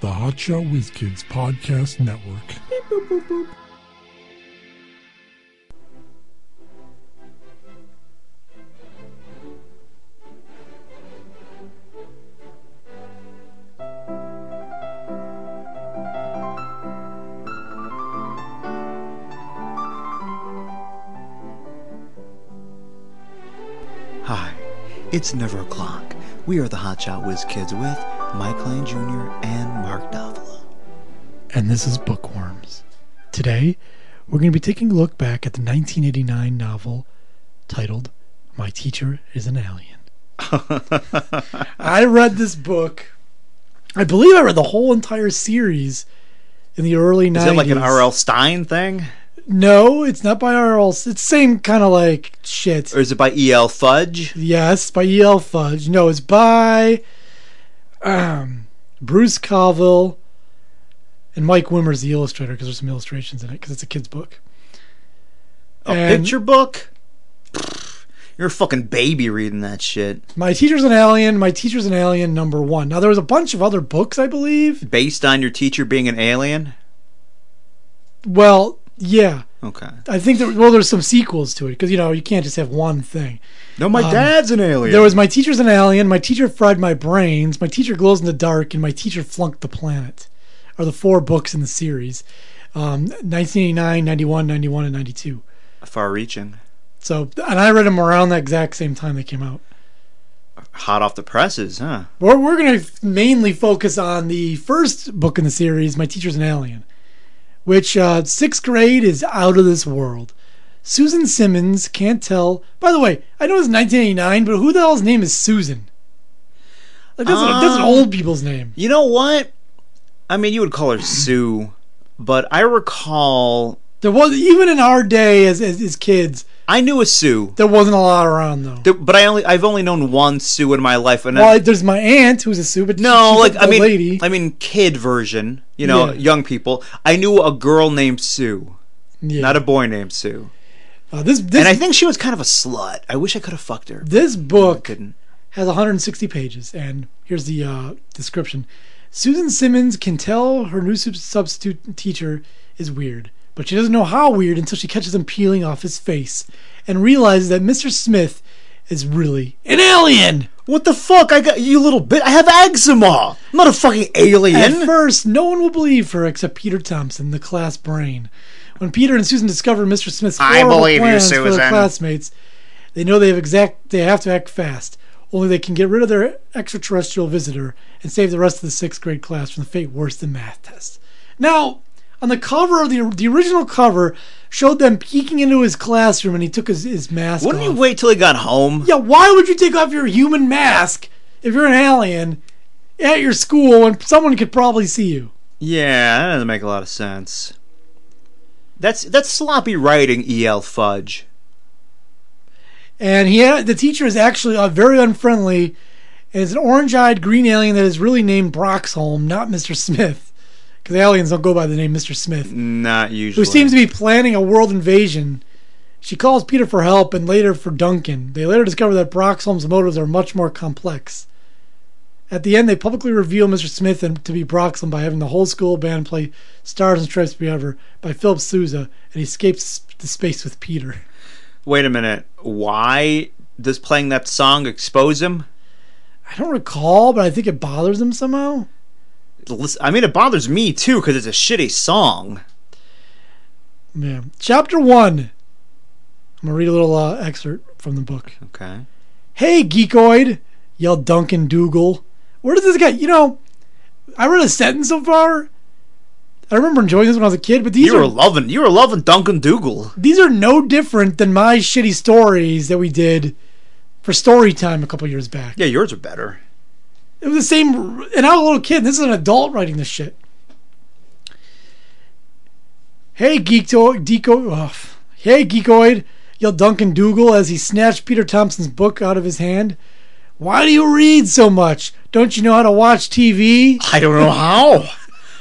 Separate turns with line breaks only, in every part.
the Hotshot Whiz Kids Podcast Network.
Hi, it's Never O'Clock. We are the Hotshot Whiz Kids with Mike Lane Jr. and Mark Davila.
and this is Bookworms. Today, we're going to be taking a look back at the 1989 novel titled My Teacher is an Alien. I read this book. I believe I read the whole entire series in the early 90s.
Is it like an R.L. Stein thing?
No, it's not by R.L. It's same kind of like shit.
Or is it by E.L. Fudge?
Yes, by E.L. Fudge. No, it's by um, Bruce Colville and Mike Wimmer's the illustrator because there's some illustrations in it because it's a kid's book.
A
And-
picture book? Pfft, You're a fucking baby reading that shit.
My Teacher's an Alien, My Teacher's an Alien number one. Now, there was a bunch of other books, I believe.
Based on your teacher being an alien?
Well, yeah.
Okay.
I think there, well, there's some sequels to it because, you know, you can't just have one thing.
No, my dad's an alien.
There was My Teacher's an Alien, My Teacher Fried My Brains, My Teacher Glows in the Dark, and My Teacher Flunked the Planet are the four books in the series um, 1989, 91, 91, and 92.
far reaching.
So, and I read them around the exact same time they came out.
Hot off the presses, huh?
We're, we're going to mainly focus on the first book in the series, My Teacher's an Alien, which uh, sixth grade is out of this world. Susan Simmons can't tell. By the way, I know it's 1989, but who the hell's name is Susan? Like that's, a- that's an
Um,
old people's name.
You know what? I mean, you would call her Sue, but I recall
There was even in our day as, as as kids,
I knew a Sue,
there wasn't a lot around though.
th- but I only I've only known one Sue in my life, and I-
well, there's my aunt who's a Sue, but
no,
she's
like
an
I
old
mean,
lady.
I mean, kid version. You know,
Yeah.
young people. I knew a girl named Sue,
yeah.
not a boy named Sue,
Uh, this this
and I think she was kind of a slut. I wish I could have fucked her.
this
I
book
couldn't.
has 160 pages, and here's the uh, description. Susan Simmons can tell her new sub- substitute teacher is weird, but she doesn't know how weird until she catches him peeling off his face and realizes that Mr. Smith is really an alien.
What the fuck? I got you little bit. I have eczema. I'm not a fucking alien.
At first, no one will believe her except Peter Thompson, the class brain. When Peter and Susan discover Mr. Smith's
I
horrible
believe you,
plans for their
Susan.
classmates, they know they have exact they have to act fast. Only they can get rid of their extraterrestrial visitor and save the rest of the sixth grade class from the fate worse than math test. Now, on the cover of the the original cover, showed them peeking into his classroom and he took his, his mask
Wouldn't
off.
you wait till he got home?
Yeah, why would you take off your human mask if you're an alien at your school when someone could probably see you?
Yeah, that doesn't make a lot of sense. That's that's sloppy writing, E.L. Fudge.
And he had, the teacher is actually uh, very unfriendly. And it's an orange-eyed green alien that is really named Broxholm, not Mr. Smith, because aliens don't go by the name Mr. Smith.
Not usually.
Who seems to be planning a world invasion. She calls Peter for help and later for Duncan. They later discover that Broxholm's motives are much more complex. At the end, they publicly reveal Mr. Smith and to be Broxholm by having the whole school band play "Stars and Stripes Forever" by Philip Sousa, and he escapes to space with Peter.
Wait a minute. Why does playing that song expose him?
I don't recall, but I think it bothers him somehow.
Listen- I mean, it bothers me too because it's a shitty song.
Yeah. Chapter 1. I'm going to read a little uh, excerpt from the book.
Okay.
Hey, geekoid, yelled Duncan Dougal. Where does this guy, you know, I read a sentence so far. I remember enjoying this when I was a kid, but these
You
are
were loving. You were loving Duncan Dougal.
these are no different than my shitty stories that we did for story time a couple years back.
Yeah, yours are better.
It was the same, and I was a little kid. This is an adult writing this shit. Hey, geekto, deco, ugh. hey, geekoid! yelled Duncan Dougal as he snatched Peter Thompson's book out of his hand. Why do you read so much? Don't you know how to watch TV?
I don't know how.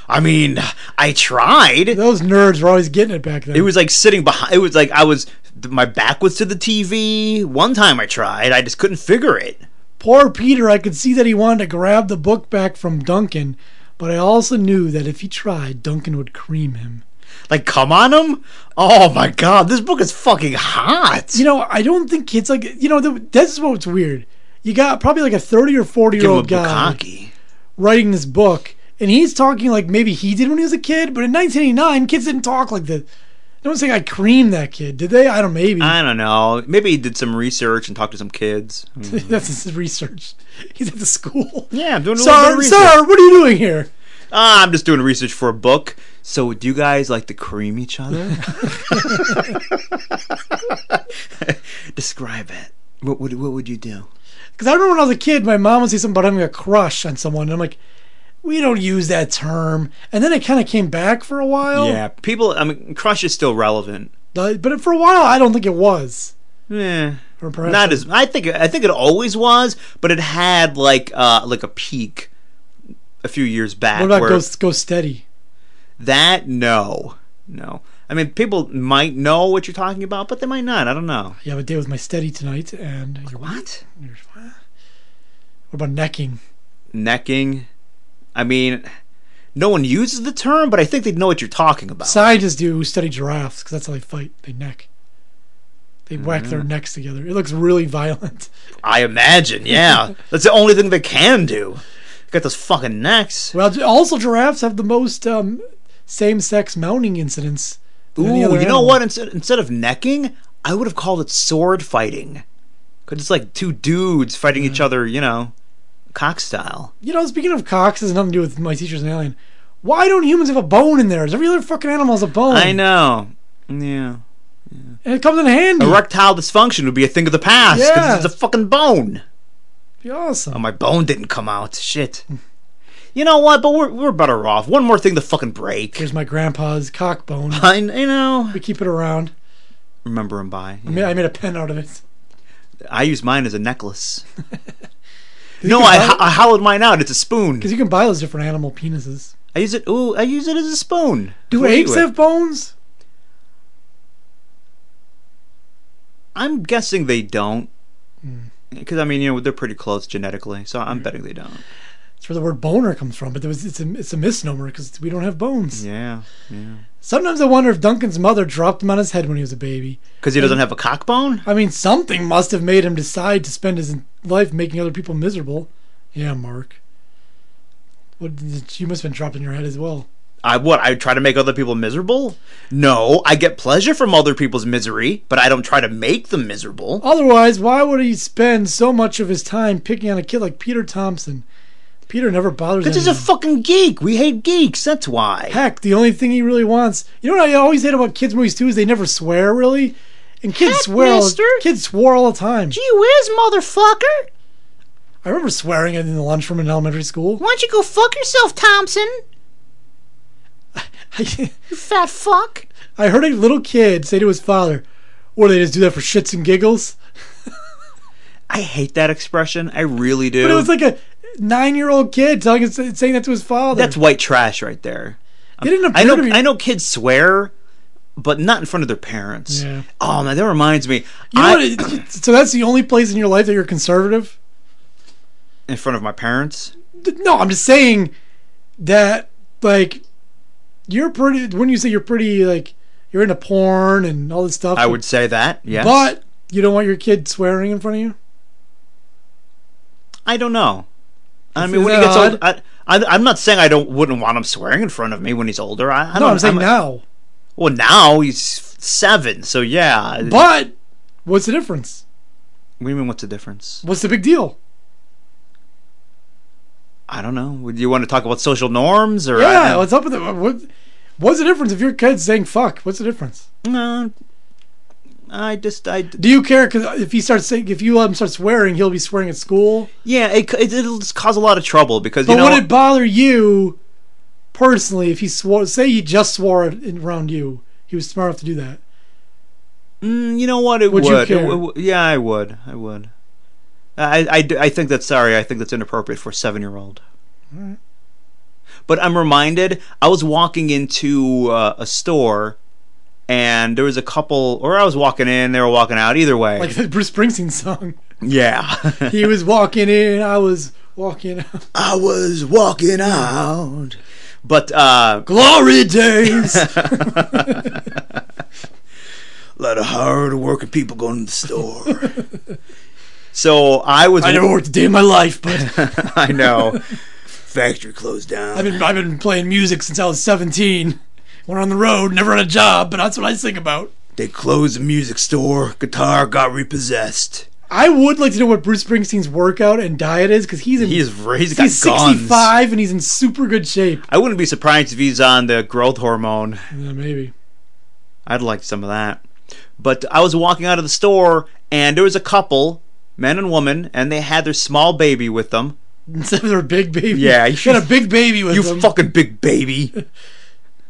I mean, I tried.
Those nerds were always getting it back then.
It was like sitting behind. It was like I was. My back was to the TV. One time I tried. I just couldn't figure it.
Poor Peter, I could see that he wanted to grab the book back from Duncan, But I also knew that if he tried, Duncan would cream him.
Like, come on him? Oh my god, this book is fucking hot.
You know, I don't think kids like you know. th- This is what's weird. You got probably like a thirty or forty year
Give him a
old guy
bukkake.
writing this book, and he's talking like maybe he did when he was a kid. But in 1989, kids didn't talk like this. No one's saying I creamed that kid, did they? I don't. Maybe
I don't know. Maybe he did some research and talked to some kids.
that's his research. He's at the school.
Yeah, I'm doing a little bit of
Sir,
research.
sir, what are you doing here?
Ah, I'm just doing research for a book. So, do you guys like to cream each other? Describe it. What would what would you do?
Because I remember when I was a kid, my mom would say something about having a crush on someone, and I'm like, we don't use that term. And then it kind of came back for a while.
Yeah, people. I mean, crush is still relevant.
But but for a while, I don't think it was.
Yeah,
Or perhaps
not as I think. I think it always was, but it had like uh like a peak a few years back.
What about
where-
go, go steady?
That no, no. I mean, people might know what you're talking about, but they might not. I don't know.
You have a day with my steady tonight, and you're,
What?
you're what about necking?
Necking. I mean, no one uses the term, but I think they know what you're talking about.
Scientists do study giraffes because that's how they fight. They neck. They whack their
Mm.
necks together. It looks really violent.
I imagine, yeah. That's the only thing they can do. Got those fucking necks.
Well, gi- also giraffes have the most um, same-sex mounting incidents.
Ooh,
than any
you
other
know
animal.
what? Instead, instead of necking, I would have called it sword fighting. Because it's like two dudes fighting each other, you know, cock style.
You know, speaking of cocks, this has nothing to do with my teacher's an alien. Why don't humans have a bone in theirs? Every other fucking animal has a bone.
I know. Yeah.
And it comes in handy.
Erectile dysfunction would be a thing of the past. Because
Hmm. Yeah.
it's a fucking bone.
Be awesome.
Oh, my bone didn't come out. Shit. You know what? But we're, we're better off. One more thing to fucking break.
Here's my grandpa's cock bone.
I, you know.
we keep it around.
Remember him by.
I made, I made a pen out of it.
I use mine as a necklace. no, I, ho- I hollowed mine out. It's a spoon.
Because you can buy those different animal penises.
I use it. Ooh, I use it as a spoon.
Do
What you
apes
with?
have bones?
I'm guessing they don't.
Hmm.
Because I mean, you know, they're pretty close genetically, so I'm betting they don't.
That's where the word boner comes from, but there was, it's, a, it's a misnomer because we don't have bones.
Yeah, yeah.
Sometimes I wonder if Duncan's mother dropped him on his head when he was a baby.
Because he doesn't have a cockbone.
I mean, something must have made him decide to spend his life making other people miserable. Yeah, Mark. What, you must have been dropped in your head as well.
I what? I try to make other people miserable? No, I get pleasure from other people's misery, but I don't try to make them miserable.
Otherwise, why would he spend so much of his time picking on a kid like Peter Thompson? Peter never bothers
Because he's a
anyone.
fucking geek. We hate geeks. That's why.
Heck, the only thing he really wants. You know what I always hate about kids' movies too is they never swear really, and kids
Heck,
swear. all-
mister.
Kids swore all the time.
Gee whiz, motherfucker!
I remember swearing in the lunchroom in elementary school.
Why don't you go fuck yourself, Thompson?
I,
You fat fuck.
I heard a little kid say to his father, "Or they just do that for shits and giggles."
I hate that expression. I really do.
But it was like a nine-year-old kid telling his, saying that to his father.
That's white trash right there.
they didn't appear
I know
to be.
I know kids swear, but not in front of their parents.
Yeah.
Oh man, that reminds me.
You know
I-
what, it- so that's the only place in your life that you're conservative.
in front of my parents.
No, I'm just saying that like you're pretty when you say you're pretty like you're into porn and all this stuff.
I would say that. Yes.
but you don't want your kid swearing in front of you.
I don't know. I
Is-
mean,
is
when he
that
gets
odd?
old, I, I, I'm not saying I don't wouldn't want him swearing in front of me when he's older. I, I
no,
don't.
I'm saying
I'm-
now.
Well, now he's seven, so yeah. what
But what's the difference?
do you mean? What's the difference?
What's the big deal?
I don't know. Would you want to talk about social norms or?
Yeah,
I,
what's up with it? What, what's the difference if your kid's saying fuck? What's the difference?
No, I just I
Do you care? Because if he starts saying, if you let him start swearing, he'll be swearing at school.
yeah it, it it'll just cause a lot of trouble because
But
you know
would it bother you personally if he swore? Say he just swore in- around you. He was smart enough to do that.
Mm, you know what? It
Would
would.
you
It
care?
w- w- yeah, I would. I would. I, I, d- I think that's sorry. I think that's inappropriate for a seven year old. But I'm reminded. I was walking into uh, a store, and there was a couple, or I was walking in, they were walking out. Either way,
like the Bruce Springsteen song.
yeah.
He was walking in, I was Walking out.
I was walking out. But uh
Glory days!
a lot of hard working people going to the store. so I was
I never worked a day in my life, but
I know. Factory closed down.
I've been, I've been playing music since I was 17. Went on the road, never had a job, but that's what I think about.
they closed the music store. Guitar got repossessed.
I would like to know what Bruce Springsteen's workout and diet is because he's in,
He is he's got
he's
guns.
65 and he's in super good shape.
I wouldn't be surprised if he's on the growth hormone.
Yeah, maybe.
I'd like some of that. But I was walking out of the store and there was a couple, man and woman, and they had their small baby with them.
Instead of their big baby.
Yeah, you
you got a big baby with
You
him.
fucking big baby.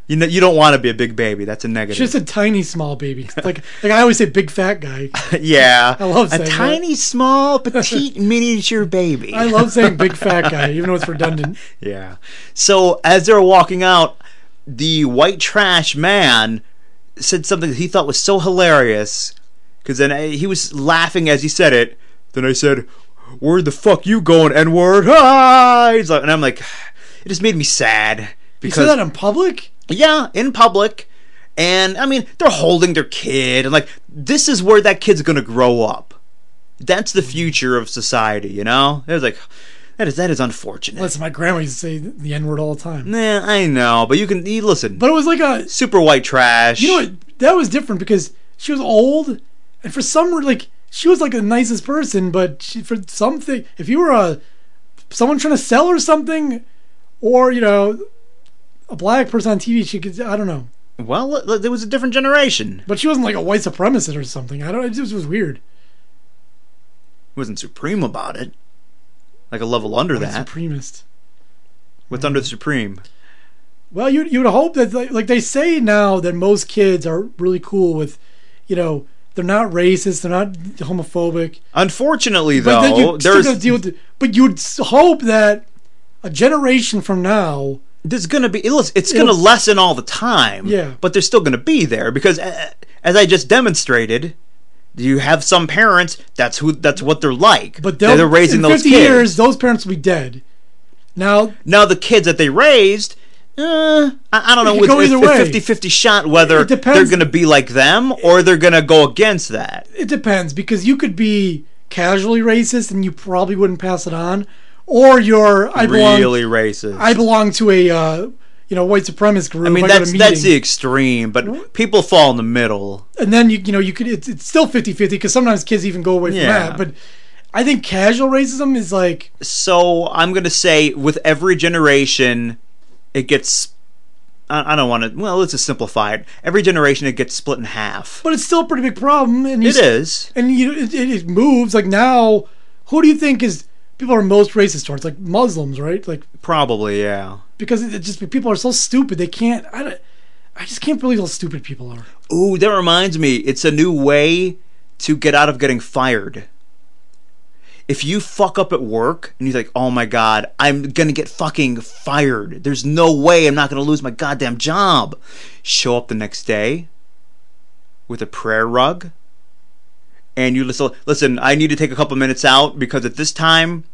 You know you don't want to be a big baby. That's a negative.
Just a tiny small baby. It's Like like I always say, big fat guy.
yeah.
I love
a
saying that.
tiny, small, petite miniature baby.
I love saying big fat guy, even though it's redundant.
Yeah. So as they were walking out, the white trash man said something that he thought was so hilarious because then I, he was laughing as he said it. Then I said, "Where the fuck you going, N word?" Ah! He's like, and I'm like, it just made me sad
You said
because
that in public?
yeah, in public, and I mean they're holding their kid and like this is where that kid's gonna grow up. That's the future of society, you know. It was like that is that is unfortunate.
Listen, my grandma used to say the N word all the time.
Nah, I know, but you can you listen.
But it was like a
super white trash.
you know what? That was different because she was old, and for some re- like she was like the nicest person, but she, for something, if you were a someone trying to sell her something, or you know, a black person on TV, she could I don't know,
Well, it- it was a different generation.
but she wasn't like a white supremacist or something. I don't. It just was weird.
It wasn't supreme about it. Like a level under
White
that.
supremacist.
What's under the supreme?
Well, you you would hope that like, like they say now that most kids are really cool with, you know, they're not racist, they're not homophobic.
Unfortunately,
But then
though,
you still gotta
there's
deal with it. But you'd s- hope that a generation from now,
there's gonna be it's, it's gonna
It'll-
lessen all the time.
Yeah.
but they're still gonna be there because, uh, as I just demonstrated, you have some parents. That's who. That's what they're like.
but they'll-
they're, raising
in
those
50
kids.
years, those parents will be dead. Now,
Now the kids that they raised, uh, I, I don't know.
could
It's,
go
it's
either way.
a 50-50 shot whether
It depends.
they're going to be like them or they're going to go against that.
it depends because you could be casually racist and you probably wouldn't pass it on, or you're I belong
really racist.
I belong to a uh, you know white supremacist group.
I mean,
I got
that's
a
that's the
meeting.
extreme, but people fall in the middle.
and then you you know you could it's, it's still 50-50 because sometimes kids even go away from
Yeah.
that. But I think casual racism is like
So I'm going to say with every generation, it gets. I I don't want to. Well, let's just simplify it. Every generation, it gets split in half.
but it's still a pretty big problem. And you
It is.
and you it, it, it moves like now who do you think is people are most racist towards like muslims right like
Probably, yeah.
because it, it just people are so stupid they can't i don't i just can't believe how stupid people are
Ooh, that reminds me. It's a new way to get out of getting fired. If you fuck up at work and you're like, oh my God, I'm going to get fucking fired. There's no way I'm not going to lose my goddamn job. Show up the next day with a prayer rug and you listen, listen, I need to take a couple minutes out because at this time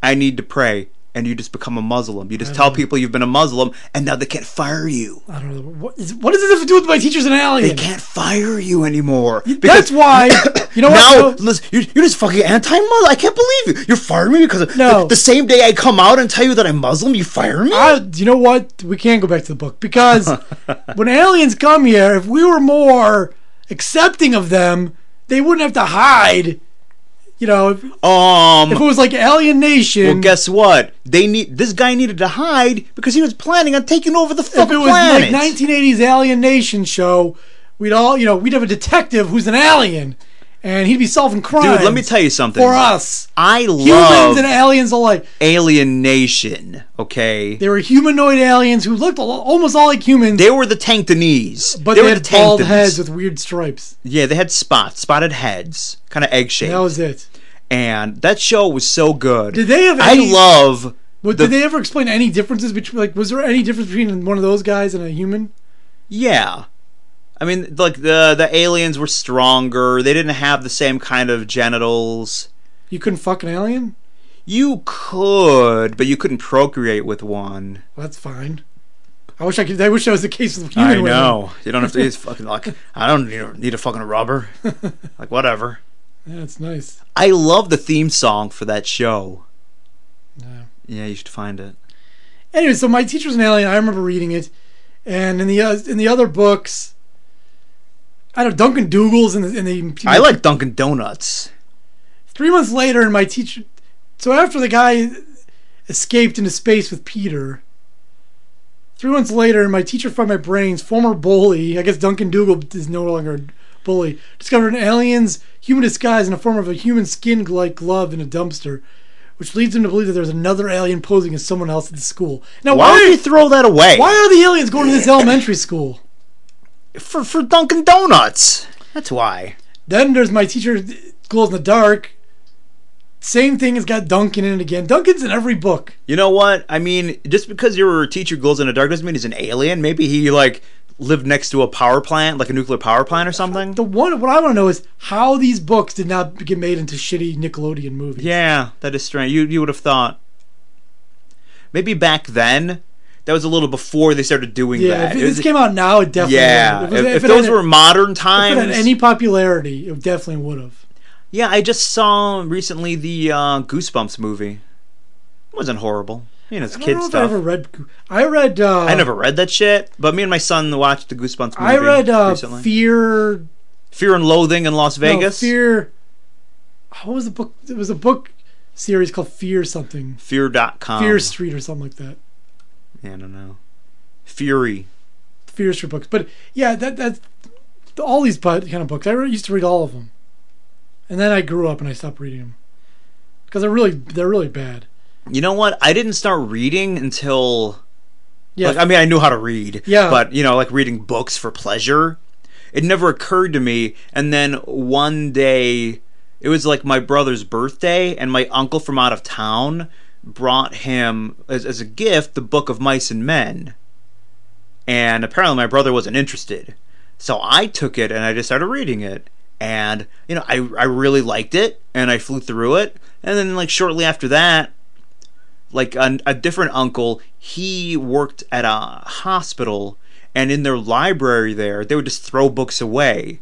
I need to pray. And you just become a Muslim. You just tell people you've been a Muslim and now they can't fire you.
i don't know what is what does this have to do with my teacher's an
They
alien
can't fire you anymore.
that's why you know
No,
what though?
listen, you're, you're just fucking anti-Muslim. I can't believe you. You're firing me because of-
No.
the, the same day I come out and tell you that I'm Muslim, you fire me?
I, you know what we can't go back to the book because when aliens come here if we were more accepting of them they wouldn't have to hide you know if, if
um,
it was like alien nation
well, guess what? They need this guy needed to hide because he was planning on taking over the
if
fucking
it was
planet.
like 1980s Alien Nation show, we'd all, you know, we'd have a detective who's an alien, and he'd be solving crimes.
Dude, let me tell you something.
For us,
I love
humans and aliens alike,
Alien Nation. Okay,
they were humanoid aliens who looked al- almost all like humans,
they were the Tanktonese.
but
they,
they,
were
had
the
bald
Tanktons.
heads with weird stripes.
Yeah, they had spots, spotted heads, kind of egg shaped.
That was it.
and that show was so good.
Did they have
I
any-
love.
But
the-
did they ever explain any differences between? Like, was there any difference between one of those guys and a human?
Yeah. I mean, like the the aliens were stronger. They didn't have the same kind of genitals.
You couldn't fuck an alien.
You could, but you couldn't procreate with one.
Well, that's fine. I wish I could. I wish that was the case with human
I
women.
know. You don't have to. It's fucking like I don't need a, need a fucking rubber. like whatever.
Yeah, it's nice.
I love the theme song for that show.
Yeah.
Yeah, you should find it.
Anyway, so my teacher was an alien. I remember reading it, and in the oth- in the other books, I don't know Duncan Dougal's in the, in the
I like Dunkin' Donuts.
three months later, and my teacher. So after the guy escaped into space with Peter, three months later, my teacher from my brain's former bully, I guess Duncan Dougal is no longer a bully, discovered an alien's human disguise in the form of a human skin like glove in a dumpster, which leads him to believe that there's another alien posing as someone else at the school. Now,
Why would you throw that away?
why are the aliens going to this elementary school?
For for Dunkin' Donuts. That's why.
Then there's my teacher, Glows in the Dark. Same thing has got Duncan in it again. Duncan's in every book.
You know what? I mean, just because your teacher glows in the dark doesn't mean he's an alien. Maybe he like lived next to a power plant, like a nuclear power plant or something.
The one, what I want to know is how these books did not get made into shitty Nickelodeon movies.
Yeah, that is strange. You you would have thought maybe back then that was a little before they started doing
yeah.
that.
If
It
this
was-
came out now, it definitely.
yeah,
Would.
if,
it-
if
it
those
had-
were modern
if it had
times,
any popularity, it definitely would have.
yeah. I just saw recently the uh, Goosebumps movie. It wasn't horrible. You know, it's
I don't
kid
know if I
stuff.
ever read. Goo- I read. Uh,
I never read that shit, but me and my son watched the Goosebumps movie.
I read uh,
recently.
Fear.
Fear and Loathing in Las
no,
Vegas.
Fear. What was the book? It was a book series called Fear something.
Fear.com.
Fear Street or something like that.
Yeah, I don't know. Fury.
Fear Street books. But yeah, that that's all these po- kind of books. I re- used to read all of them, and then I grew up and I stopped reading them because they're really they're really bad.
You know what? I didn't start reading until
Yeah,
Like, I mean, I knew how to read.
Yeah.
But, you know, like reading books for pleasure, it never occurred to me. And then one day, it was like my brother's birthday, and my uncle from out of town brought him, as, as a gift, the Book of Mice and Men. And apparently, my brother wasn't interested. So I took it and I just started reading it. And, you know, I, I really liked it, and I flew through it. And then, like, shortly after that, like an, a different uncle he worked at a hospital and in their library there they would just throw books away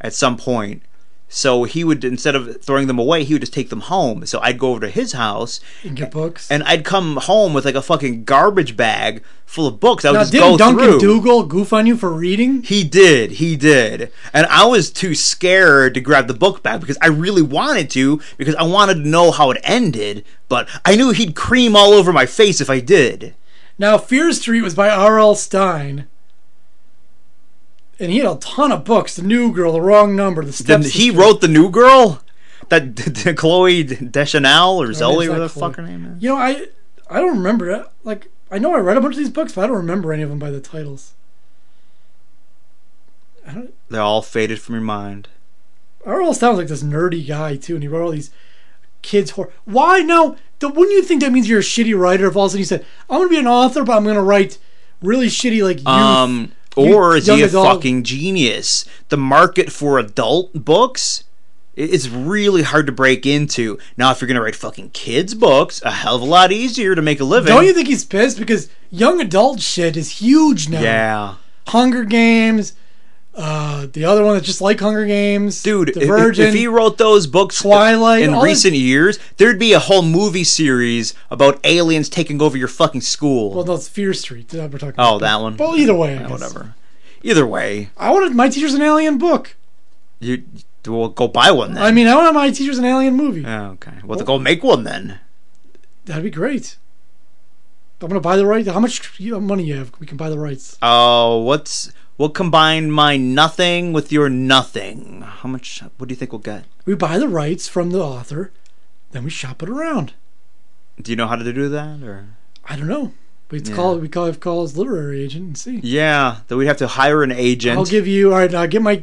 at some point so he would instead of throwing them away he would just take them home so i'd go over to his house
and get books.
and i'd come home with like a fucking garbage bag full of books i would
now,
just go
didn't Duncan
through
Dougal goof on you for reading?
he did, he did. And I was too scared to grab the book back because I really wanted to, because I wanted to know how it ended, but I knew he'd cream all over my face if I did.
Now, Fear Street was by R.L. Stein. And he had a ton of books. The New Girl, The Wrong Number, The
Then
Steps.
he wrote The New Girl? That Chloe Deschanel or Zoe,
it's
what
not
the
Chloe.
fuck her name is?
You know, I I don't remember it. Like, I know I read a bunch of these books, but I don't remember any of them by the titles. I don't.
They're all faded from your mind.
R.L. Stein was like this nerdy guy too, and he wrote all these kids horror. Why now? The, wouldn't you think that means you're a shitty writer if all of a sudden you said, "I'm gonna be an author, but I'm gonna write really shitty like you."
Um,
youth-
or is
young
he a
adult.
fucking genius? The market for adult books i- is really hard to break into. Now, if you're gonna write fucking kids' books, a hell of a lot easier to make a living.
don't you think he's pissed because young adult shit is huge now?
yeah,
Hunger Games, uh, the other one that's just like Hunger Games,
dude. if- If,
Divergent.
if he wrote those books
Twilight,
in
all this-
recent years, there'd be a whole movie series about aliens taking over your fucking school.
well, no, it's Fear Street that we're talking.
oh,
about.
that one.
Well, either way, I
Yeah,
guess.
whatever. Either way,
I wanted my teacher's an alien book.
you well go buy one then.
I mean, I want my teacher's an alien movie.
Oh, okay. Well, well, go make one then.
That'd be great. I'm gonna buy the right. How much you- money you have? We can buy the rights.
Oh, what's we'll combine my nothing with your nothing. How much? What do you think we'll get?
We buy the rights from the author, then we shop it around.
Do you know how to do that, or?
I don't know. We
Yeah.
call we call call his literary agent and see.
Yeah, that we'd have to hire an agent.
I'll give you. All right, I'll get my.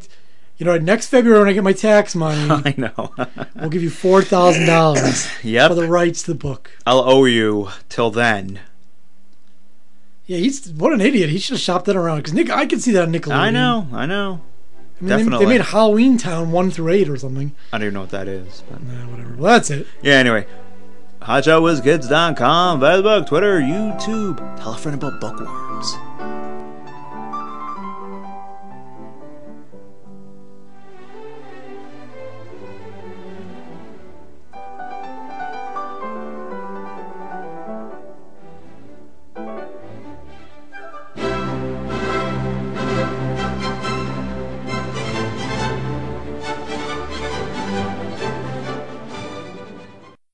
You know, next February when I get my tax money,
I know.
we'll give you four thousand dollars
yep.
for the rights to the book.
I'll owe you till then.
Yeah, he's what an idiot. He should have shopped that around because Nick. I could see that on Nickelodeon.
I know. I know.
I mean, they-
definitely.
They, made Halloween Town one through eight or something.
I don't even know what that is. But.
Nah, whatever. Well, that's it.
Yeah. Anyway, HotshotWizKids.com, Facebook, Twitter, YouTube. Tell a friend about bookworms.